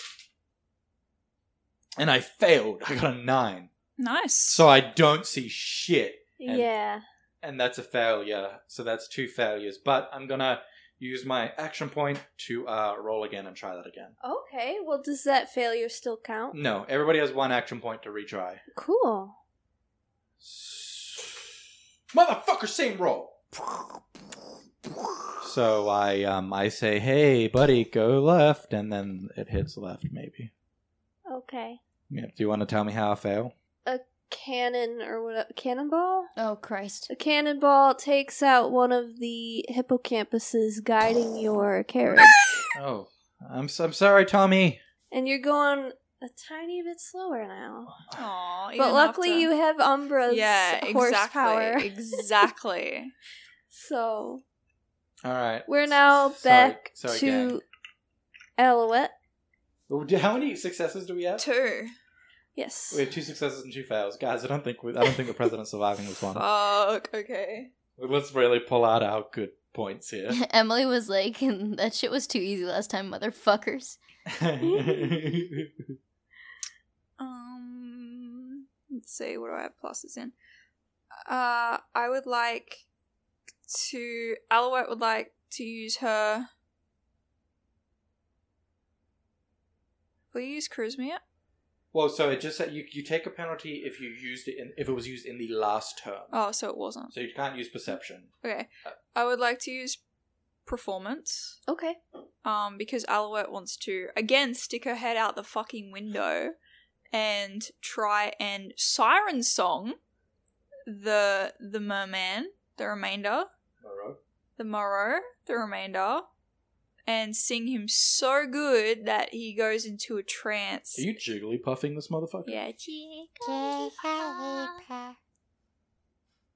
And I failed. I got a nine, Nice. so I don't see shit, And- yeah. and that's a failure. So that's two failures. But I'm gonna use my action point to uh, roll again and try that again. Okay. Well, does that failure still count? No, everybody has one action point to retry. Cool. Motherfucker, same roll. So I um I say, hey buddy, go left, and then it hits left. Maybe. Okay. Yeah. Do you want to tell me how I fail? Cannon or what? Cannonball. oh Christ! A cannonball takes out one of the hippocampuses guiding your carriage. Oh, I'm s- I'm sorry, Tommy. and you're going a tiny bit slower now. Aw, you But didn't luckily, have to- you have Umbra's yeah, horsepower, exactly, exactly. so All right. we're now Sorry- back sorry, to gang. Alouette. Oh, do- How many successes do we have? Two. Yes. We have two successes and two fails, guys. I don't think we, I don't think the president's surviving this one. Fuck. Okay. Let's really pull out our good points here. Emily was like, "That shit was too easy last time, motherfuckers." Um, let's see. What do I have pluses in? Uh, I would like to. Alouette would like to use her. Will you use charisma yet? Well, so it just said you you take a penalty if you used it in if it was used in the last term. Oh, so it wasn't. So you can't use perception. Okay. Uh, I would like to use performance. okay. um, because Alouette wants to again stick her head out the fucking window and try and siren song the the merman, the remainder, Alright. the morrow, the remainder, and sing him so good that he goes into a trance. Are you jiggly puffing this motherfucker? yeah,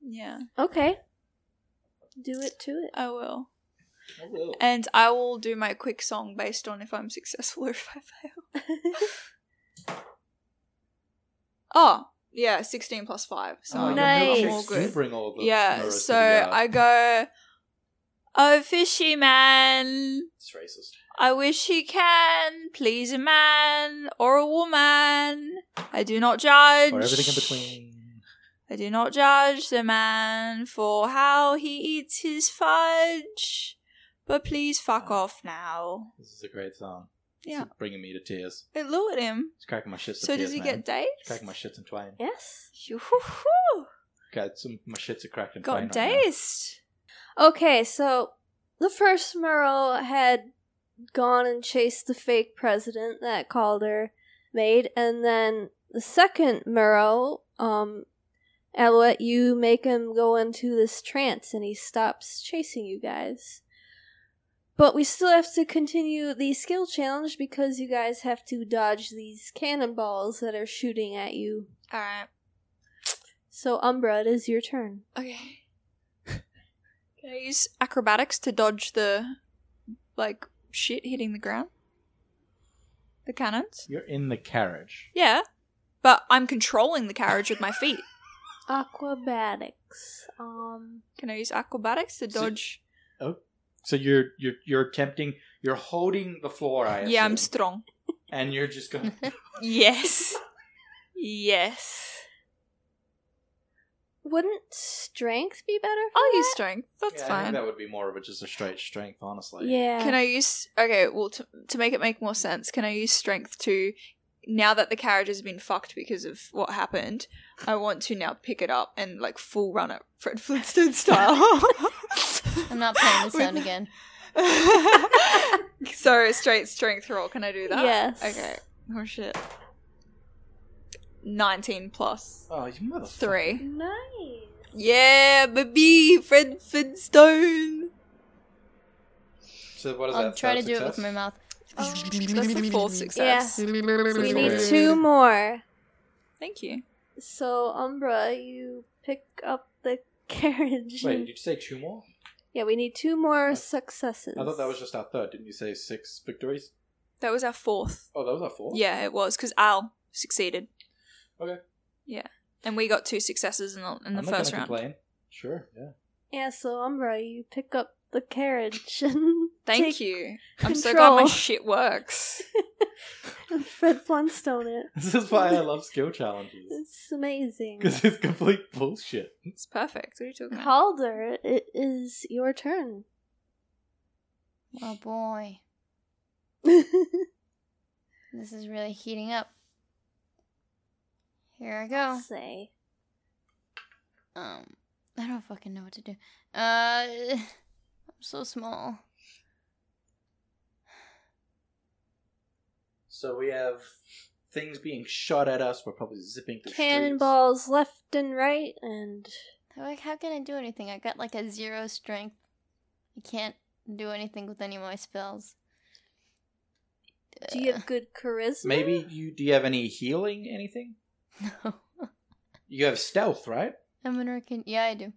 yeah, Okay. Do it to it. I will. I will. And I will do my quick song based on if I'm successful or if I fail. Oh, yeah, 16 plus 5. So Oh, your Nice. milkshakes all do good. bring all the Yeah, mirrors so to the, uh, I go, Oh, fishy man, It's racist. I wish he can please a man or a woman. I do not judge. Or everything in between. I do not judge the man for how he eats his fudge. But please fuck Oh. off now. This is a great song. Yeah. It's bringing me to tears. It lured him. It's cracking my shits to so tears, does he man. get It's cracking my dazed? shits and twine. yes. Yoo-hoo-hoo. God, some, my shits are cracked and twine Got right now. dazed. Okay, so the first Merle had gone and chased the fake president that Calder made, and then the second Merle, um, Alouette, you make him go into this trance and he stops chasing you guys. But we still have to continue the skill challenge because you guys have to dodge these cannonballs that are shooting at you. All right. So, Umbra, it is your turn. Okay. Can I use acrobatics to dodge the, like, shit hitting the ground? The cannons? You're in the carriage. Yeah. But I'm controlling the carriage with my feet. Aquabatics. Um, Can I use acrobatics to So- dodge? So you're you're you're attempting. You're holding the floor. I yeah, I'm assume, strong. and you're just going. Yes. yes. wouldn't strength be better? For I'll that? use strength. That's yeah, I fine. think that would be more of a, just a straight strength, honestly. Yeah. Can I use okay? Well, to, to make it make more sense, can I use strength to now that the carriage has been fucked because of what happened? I want to now pick it up and like full run it Fred Flintstone style. I'm not playing this With- sound again. so straight strength roll. Can I do that? Yes. Okay. Oh shit. Nineteen plus Oh, you motherfucker! three. Nice. Yeah, baby, Fred Flintstone. So what is that? I'll try to third do it with success? my mouth. That's a full success. Oh, We That's need okay. two more. Thank you. So Umbra, you pick up the carriage. Wait, and- did you say two more? yeah, we need two more successes. I thought that was just our third. Didn't you say six victories? That was our fourth. Oh, that was our four. Yeah, it was because Al succeeded. Okay. Yeah, and we got two successes in the in the I'm not first gonna round. Complain. Sure. Yeah. Yeah, so Umbra, you pick up the carriage and Thank take you. I'm so glad my control. shit works. Fred Flintstone it. This is why I love skill challenges It's amazing. because it's complete bullshit. it's perfect. What are you talking about? Calder, it is your turn. Oh boy, Oh. this is really heating up. Here I go. Say. Um, I don't fucking know what to do. Uh, I'm so small. So we have things being shot at us. We're probably zipping through Cannonballs left and right, and How I- how can I do anything? I got like a zero strength. I can't do anything with any of my spells. do you have good charisma? Streets. Uh, Maybe you do you have any healing? Anything? No. You have stealth, right? I'm an arcan. Yeah, I do.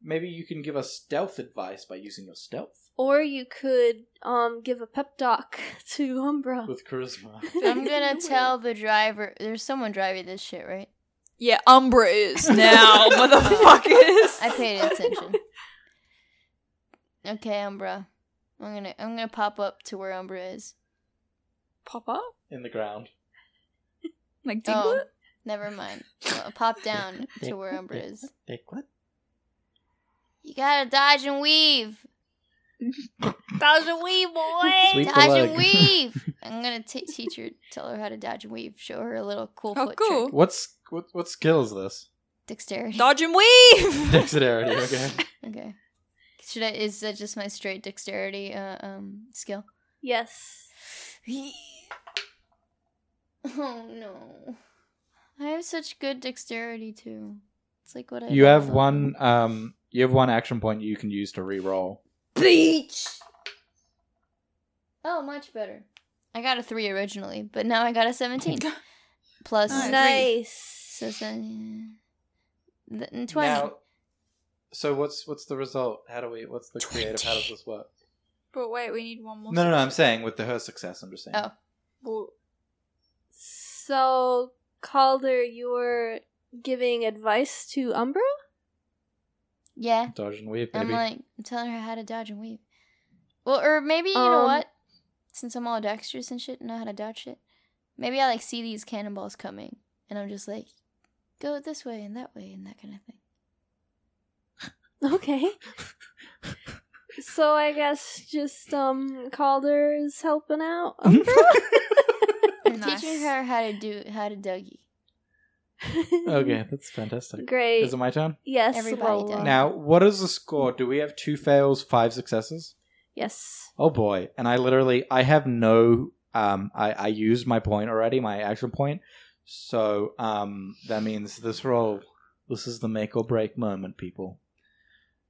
Maybe you can give us stealth advice by using your stealth Or you could um give a pep talk to Umbra. with charisma. I'm gonna tell the driver. There's someone driving this shit, right? Yeah, Umbra is now, motherfuckers. I paid attention. Okay, Umbra. I'm gonna I'm gonna pop up to where Umbra is. Pop up in the ground. like Diglett. Oh, never mind. Well, pop down to where Umbra is. Take what? You gotta dodge and weave. That was a wee boy. Sweep the dodge and leg. weave. I'm gonna t- teach her, tell her how to dodge and weave. Show her a little cool Oh, foot cool. trick. What's what? What skill is this? Dexterity. Dodge and weave. Dexterity. Okay. Okay. Should I? Is that just my straight dexterity uh, um skill? Yes. Oh no. I have such good dexterity too. It's like what I You have love. one. Um, you have one action point you can use to re-roll. Beach. Oh, much better. I got a 3 originally, but now I got a 17 plus Nice. Nice. So, then- then 20. Now, so what's what's the result? How do we? What's the creative? How does this work? but wait, we need one more. No, no, no. I'm saying with the her success. I'm just saying. Oh. Well, So Calder, you're giving advice to Umbra? yeah. Dodge and weave, I'm baby. like I'm telling her how to dodge and weave. Well, or maybe you know Um, what? Since I'm all dexterous and shit, and know how to dodge shit. Maybe I like see these cannonballs coming, and I'm just like, go this way and that way and that kind of thing. Okay. so I guess just um Calder is helping out Umbra. I'm Nice. teaching her how to do how to Dougie. okay, that's fantastic. Great. Is it my turn? yes. Everybody Lola. does. Now, what is the score? Do we have two fails, five successes? Yes. Oh boy! And I literally, I have no. Um, I I used my point already, my action point. So um, that means this roll, this is the make or break moment, people.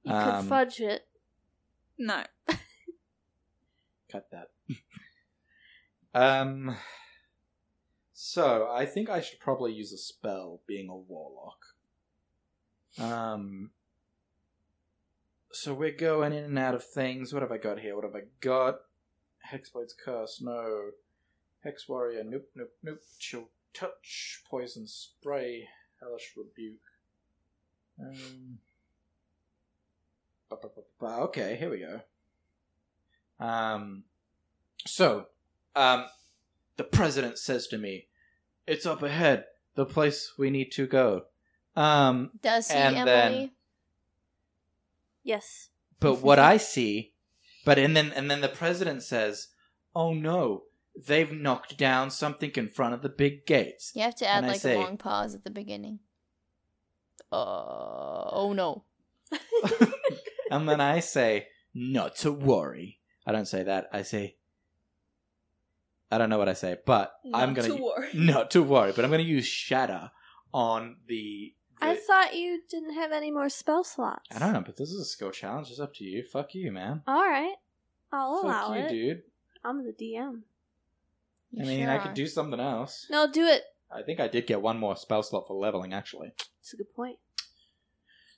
You Um, could fudge it. no. Cut that. um. So I think I should probably use a spell, being a warlock. Um. So we're going in and out of things. What have I got here? What have I got? Hexblade's curse. No. Hex warrior. Nope. Nope. Nope. Chill touch. Poison spray. Hellish rebuke. Um, ba- ba- ba- ba- okay, here we go. Um, so, um, the president says to me, "It's up ahead, the place we need to go." Um, Does he, And then- Emily? Yes. but what I see, but and then and then the president says, "Oh no, they've knocked down something in front of the big gates." You have to add And I like say- a long pause at the beginning. Uh, oh no. and then I say, not to worry. I don't say that. I say, I don't know what I say, but I'm going to, worry. not to worry, but I'm going to use shatter on the. I the- thought you didn't have any more spell slots. I don't know, but this is a skill challenge. It's up to you. Fuck you, man. All right. I'll allow Fuck you, it. dude. I'm the DM. You I mean, sure I are. could do something else. No, do it. I think I did get one more spell slot for leveling, actually. It's a good point.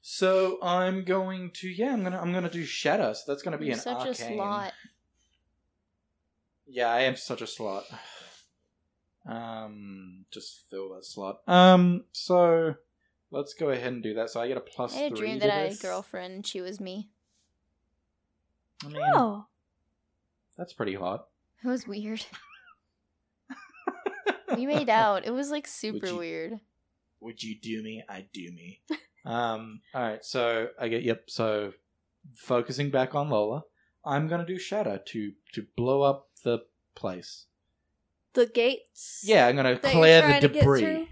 So I'm going to, yeah, I'm gonna, I'm gonna do shatter. So that's gonna be You're an such arcane. a slot. Yeah, I am such a slot. Um, just fill that slot. Um, so let's go ahead and do that. So I get a plus I had a three dream to that I had a this. girlfriend and she was me. I mean, Oh, that's pretty hot. It was weird. we made out. It was like super you- weird. Would you do me? I do me. um. All right. So I get. Yep. So focusing back on Lola, I'm gonna do shatter to to blow up the place. the gates. Yeah, I'm gonna that you're clear trying the to get debris. through?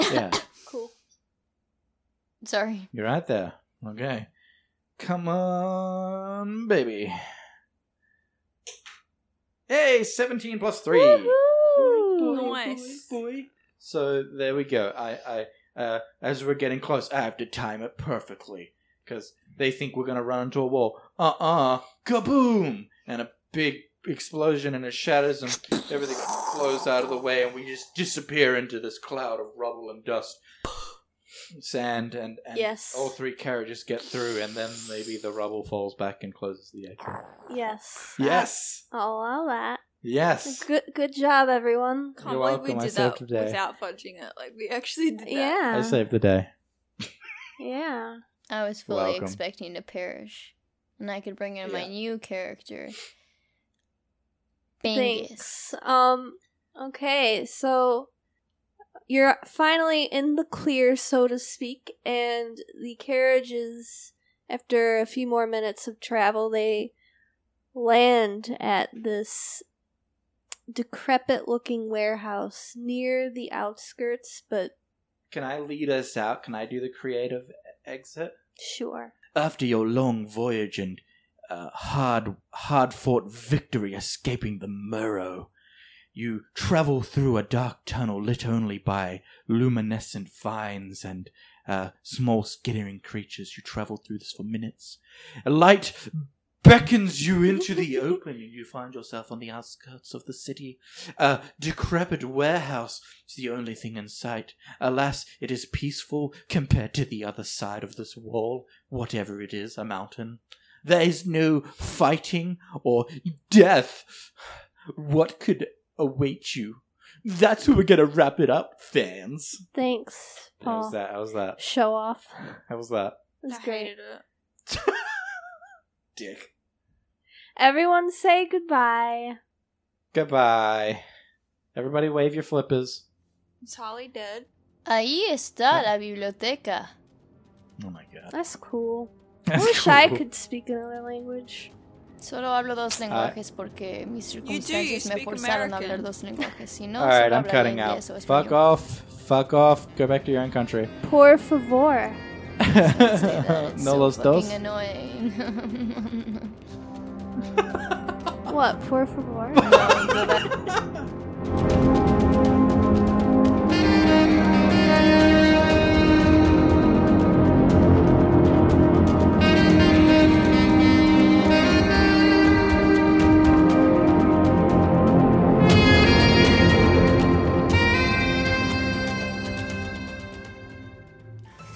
Yeah. Cool. Sorry. You're right there. Okay. Come on, baby. Hey, 17 plus 3. Woohoo! Nice. boy. So there we go. I, I uh, as we're getting close, I have to time it perfectly because they think we're gonna run into a wall. Uh uh kaboom! And a big explosion and it shatters and everything flows out of the way and we just disappear into this cloud of rubble and dust, sand and, and Yes. all three carriages get through and then maybe the rubble falls back and closes the apron. Yes. Yes, I'll allow that. yes. Good good job, everyone. Can't You're believe welcome, we I did saved that the day. without fudging it. Like we actually did that. Yeah. saved the day. Yeah. I was fully Welcome. expecting to perish. And I could bring in my Yeah. new character. Bangus. Thanks. Um okay, so you're finally in the clear, so to speak, and the carriages after a few more minutes of travel, they land at this decrepit looking warehouse near the outskirts, but Can I lead us out? Can I do the creative exit? sure. After your long voyage and uh, hard, hard fought victory escaping the Murrow, you travel through a dark tunnel lit only by luminescent vines and uh, small skittering creatures. You travel through this for minutes. A light beckons you into the open, and you find yourself on the outskirts of the city. A decrepit warehouse is the only thing in sight. Alas, it is peaceful compared to the other side of this wall, whatever it is, a mountain. There is no fighting or death. What could await you? That's where we're gonna wrap it up, fans. Thanks, How was Paul. that? How was that? Show off. How was that? It was I great. hated it. Dick. Everyone say goodbye. Goodbye. Everybody wave your flippers. Is Holly dead? Ahí está la biblioteca. Oh my god. That's cool. That's I wish I cool. could speak another language. Solo hablo Uh, dos lenguajes porque mis you circunstancias me speak forzaron a hablar American. dos lenguajes. Si no, All right, solo I'm hablaría cutting out. inglés o Fuck español. off. Fuck off. Go back to your own country. Por favor. Don't say that, it's no so los fucking dos. annoying. What? Por favor?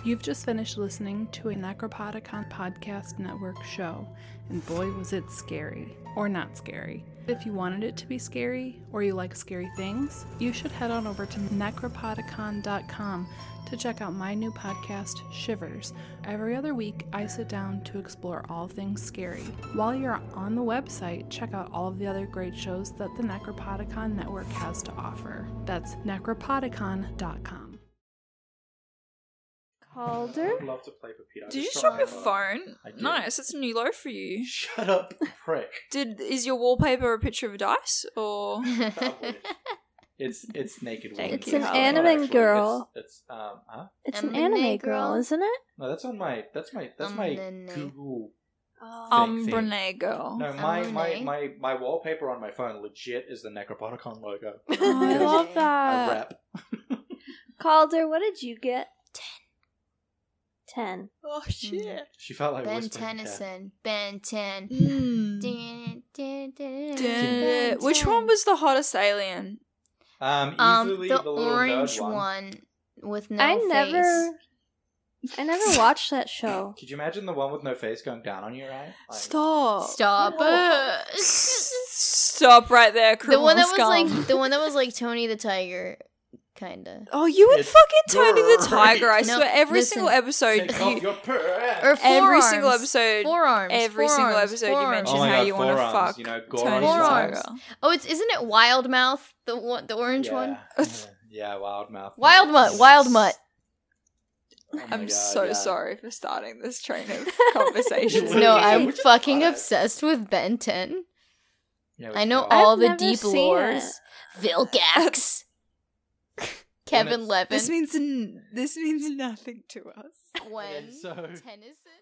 You've just finished listening to a Necropodicon Podcast Network show, and boy, was it scary. Or not scary. If you wanted it to be scary or you like scary things, you should head on over to necropodicon.com to check out my new podcast, Shivers. Every other week, I sit down to explore all things scary. While you're on the website, check out all of the other great shows that the Necropodicon Network has to offer. That's necropodicon.com. Calder? I'd love to play Pepito. I Did you just drop got your my phone? I did. Nice, that's a new low for you. Shut up, prick. Did is your wallpaper a picture of a dice or It's it's naked. Thank you. woman. It's an not anime actually. girl. It's, it's um huh? It's an Emily anime girl, girl. isn't it? No, that's on my that's my that's my Amine. Google. Oh. um thing. Brene Oh, girl? No, my, my Amine. my my wallpaper on my phone legit is the Necropodicon logo. Oh, I love I that. rap. Calder, what did you get? Ten. Oh Mm. shit. She felt like ben whispering, yeah. Tennyson. Ben Ten. Mm. Dun, dun, dun, Duh. Ben Which one 10. was the hottest alien? Um, um easily the, the, little orange nerd one. one. with no I face? never I never watched that show. Could you imagine the one with no face going down on you, right? Like, Stop. Stop. S- Stop right there, the criminal one that was scum. like the one that was like Tony the Tiger, kinda. Oh, you would It's fucking Tony the great. Tiger! I No, swear, every listen. single episode, Take you- off your purr. Or every forearms. single episode, Forearms. every single forearms, episode, you forearms. mention Oh my how God, you want to forearms, fuck you know, Tony gory the forearms. Tiger. Oh, it's isn't it Wild Mouth the one the orange yeah. one? Yeah, yeah, wild mouth. Wild mutt. Wild mutt. Oh my I'm God, so yeah. sorry for starting this train of conversation. Literally, No, we I'm just fucking got it. obsessed with Ben Ten. Yeah, we I know should go. I've all the never deep seen lores. Vilgax. Kevin it's- Levin. means n- this means nothing to us. Gwen so- Tennyson.